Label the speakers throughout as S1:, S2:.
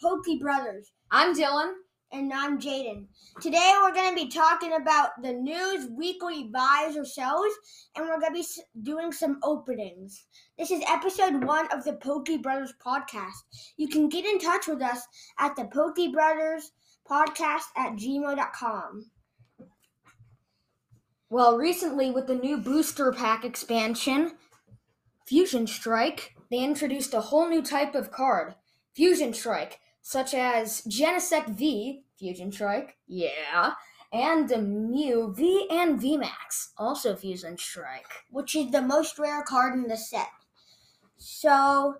S1: Funky Brothers,
S2: I'm Dylan.
S1: and I'm Jaden. Today we're going to be talking about the news, weekly buys or sells, and we're going to be s- doing some openings. This is episode one of the Pokey Brothers podcast. You can get in touch with us at the Pokey Brothers podcast at gmail.com.
S2: Well, recently with the new booster pack expansion, Fusion Strike, they introduced a whole new type of card, Fusion Strike, such as Genesect V, Fusion Strike, yeah, and the Mew V and VMAX, also Fusion Strike.
S1: which is the most rare card in the set. So,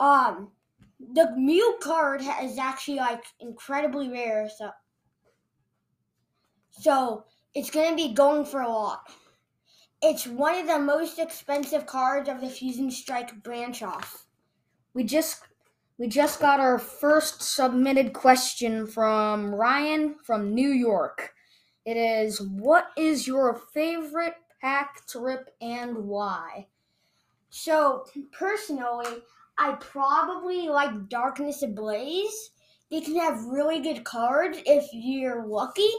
S1: um, the Mew card ha- is actually like incredibly rare. So, so it's gonna be going for a lot. It's one of the most expensive cards of the Fusion Strike branch off.
S2: We just we just got our first submitted question from Ryan from New York. It is what is your favorite pack trip and why?
S1: So personally, I probably like Darkness Ablaze. They can have really good cards if you're lucky,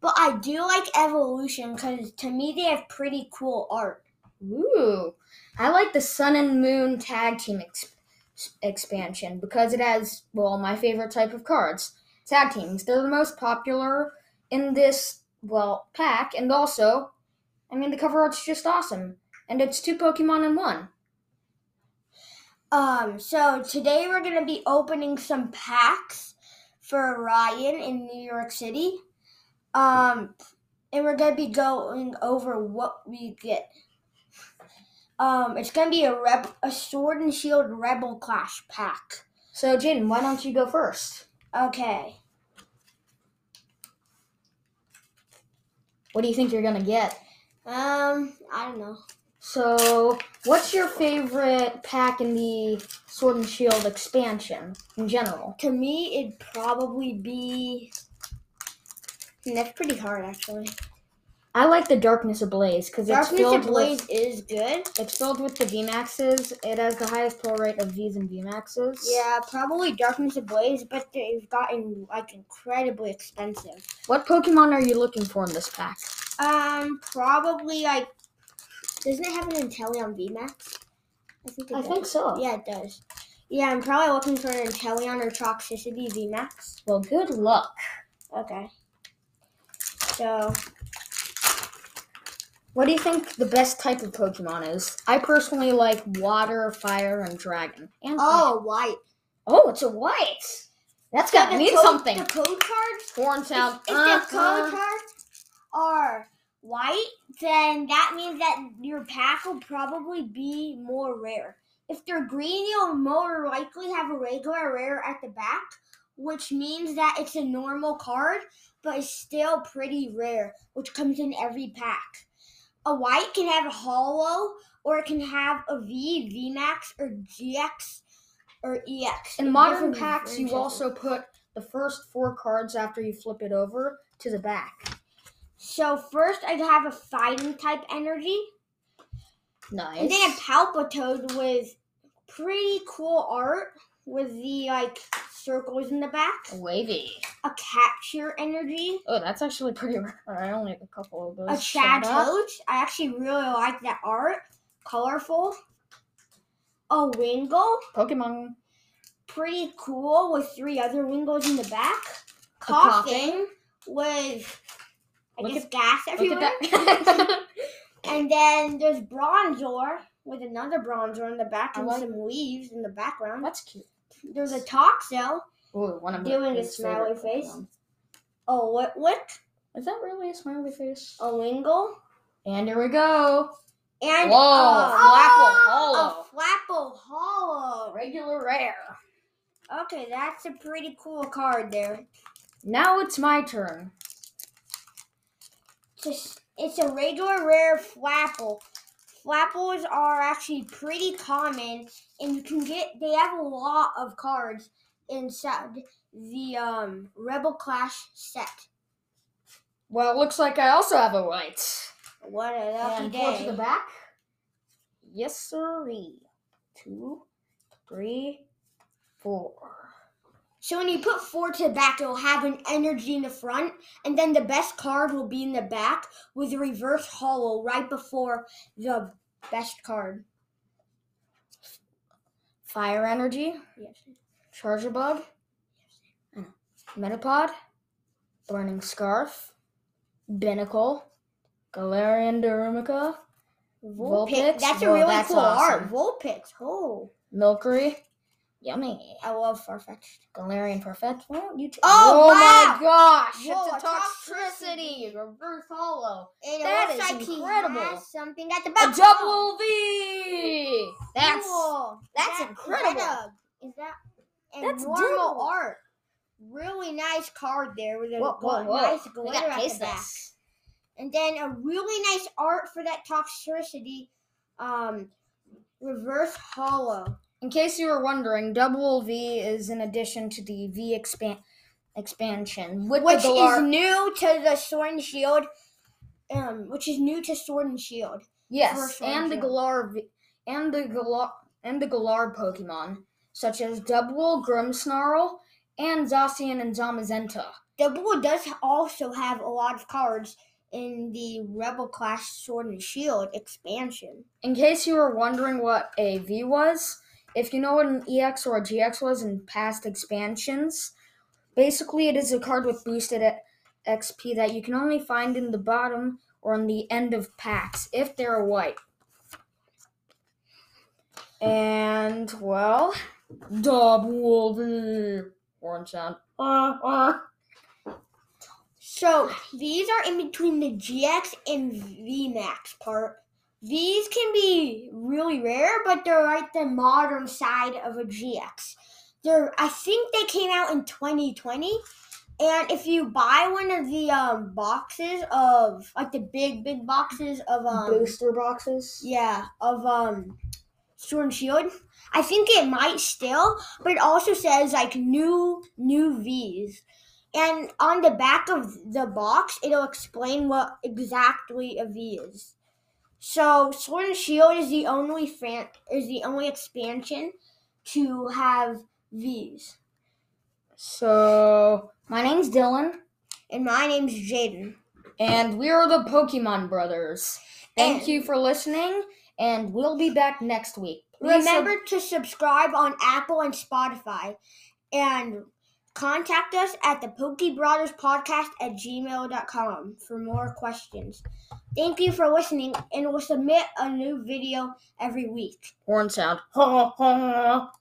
S1: but I do like Evolution because to me they have pretty cool art.
S2: Ooh, I like the Sun and Moon tag team ex- expansion because it has well my favorite type of cards, tag teams. They're the most popular in this well pack, and also, I mean the cover art's just awesome, and it's two Pokemon in one.
S1: Um, so today we're gonna be opening some packs for Ryan in New York City. Um, and we're gonna be going over what we get. Um, it's gonna be a rep, a Sword and Shield Rebel Clash pack.
S2: So Jaden, why don't you go first?
S1: Okay.
S2: What do you think you're gonna get?
S1: Um, I don't know.
S2: So, what's your favorite pack in the Sword and Shield expansion in general?
S1: To me, it'd probably be. Hmm, that's pretty hard, actually.
S2: I like the Darkness Ablaze because it's
S1: Darkness
S2: filled
S1: of
S2: with
S1: Blaze is good.
S2: It's filled with the VMAXs. It has the highest pull rate of Vs and VMAXs.
S1: Yeah, probably Darkness of Blaze, but they've gotten like incredibly expensive.
S2: What Pokemon are you looking for in this pack?
S1: Um, probably like. Doesn't it have an Inteleon VMAX? I think it does.
S2: so.
S1: Yeah, it does. Yeah, I'm probably looking for an Inteleon or Toxicity VMAX.
S2: Well, good luck.
S1: Okay. So,
S2: What do you think the best type of Pokemon is? I personally like Water, Fire, and Dragon. And
S1: oh, white.
S2: oh, it's a white. That's
S1: So
S2: gotta
S1: the
S2: mean
S1: code-
S2: something.
S1: The code cards.
S2: Horn sound.
S1: If, if
S2: uh,
S1: the code
S2: uh.
S1: cards are white, then that means that your pack will probably be more rare. If they're green, you'll more likely have a regular rare at the back, which means that it's a normal card, but it's still pretty rare, which comes in every pack. A white can have a hollow, or it can have a V, VMAX, or GX, or EX.
S2: In modern
S1: Different
S2: packs, you
S1: branches.
S2: also put the first four cards after you flip it over to the back.
S1: So first, I have a fighting type energy,
S2: Nice.
S1: and then a Palpitoad with pretty cool art with the like circles in the back.
S2: Wavy.
S1: A capture energy,
S2: Oh, that's actually pretty rare. I only have a couple of those.
S1: a
S2: Shut
S1: Chad
S2: up.
S1: Toad. I actually really like that art, colorful. A Wingle,
S2: Pokemon.
S1: pretty cool with three other Wingles in the back.
S2: coughing.
S1: Coughing with I
S2: Look
S1: guess gas everywhere.
S2: Look at that.
S1: And then there's Bronzor with another Bronzor in the back
S2: I
S1: and
S2: like-
S1: some leaves in the background.
S2: that's cute.
S1: There's a Toxel,
S2: Ooh, one of my
S1: Doing a
S2: favorite
S1: smiley face.
S2: Pokemon.
S1: a Litwick,
S2: Is that really a smiley face?
S1: a Wingle,
S2: And here we go.
S1: and
S2: Whoa,
S1: a,
S2: Flapple
S1: a
S2: Hollow.
S1: Flapple Hollow.
S2: Regular rare.
S1: Okay, that's a pretty cool card there.
S2: Now it's my turn.
S1: It's a, s- it's a regular rare Flapple. Flapples are actually pretty common, and you can get they have a lot of cards inside the um, Rebel Clash set.
S2: Well, it looks like I also have a white.
S1: What a lucky
S2: And four to the
S1: day.
S2: back. Yes, sirree. Two, three, four.
S1: So when you put four to the back, it'll have an energy in the front, and then the best card will be in the back with a reverse hollow right before the best card.
S2: Fire energy,
S1: Yes.
S2: Charger Bug, uh, Metapod, Burning Scarf, Binnacle, Galarian Derumica, Vulpix?
S1: That's a
S2: Well,
S1: really
S2: that's
S1: cool
S2: awesome.
S1: art. Vulpix. Oh,
S2: Milkery, Yummy,
S1: I love Farfetch'd.
S2: Galarian Perfect. Well, you t-
S1: Oh, wow.
S2: my gosh!
S1: Whoa,
S2: it's a toxicity! Reverse hollow!
S1: And it
S2: That
S1: looks
S2: is
S1: like he
S2: incredible.
S1: has something at the
S2: A
S1: back.
S2: double V! That's.
S1: Cool.
S2: that's
S1: That- Is
S2: incredible.
S1: that, is that and
S2: That's
S1: normal
S2: doable.
S1: art? Really nice card there with a
S2: Whoa, whoa,
S1: gl-
S2: whoa.
S1: nice
S2: we
S1: glitter
S2: gotta
S1: at
S2: taste
S1: the back.
S2: this.
S1: And then a really nice art for that toxicity, um, reverse hollow.
S2: In case you were wondering, double V is in addition to the V expand expansion with
S1: which
S2: the Galar-
S1: is new to the sword and shield um which is new to sword and shield
S2: Yes,
S1: for
S2: and the
S1: Slandra.
S2: Galar and the Galar and the Galar Pokemon, such as Dubwool, Grimmsnarl, and Zacian and Zamazenta.
S1: the bull does also have a lot of cards in the rebel class sword and shield expansion
S2: In case you were wondering what a V was, if you know what an EX or a GX was in past expansions, basically it is a card with boosted e- XP that you can only find in the bottom or on the end of packs if they're white. And well, double V orange sound. Ah, ah.
S1: so these are in between the gx and vmax part these can be really rare but they're like the modern side of a gx they're i think they came out in 2020 And if you buy one of the um, boxes of like the big big boxes of um
S2: Booster boxes.
S1: yeah of um Sword and Shield, I think it might still, but it also says like new new V's, and on the back of the box it'll explain what exactly a V is. So Sword and Shield is the only fan is the only expansion to have V's,
S2: So my name's Dylan.
S1: and my name's Jaden.
S2: And we are the Pokemon Brothers. Thank
S1: And-
S2: you for listening, and we'll be back next week. Please sub-
S1: Remember to subscribe on Apple and Spotify and contact us at the Pokey Brothers Podcast at gmail.com for more questions. Thank you for listening, and we'll submit a new video every week.
S2: horn sound. Ha ha ha.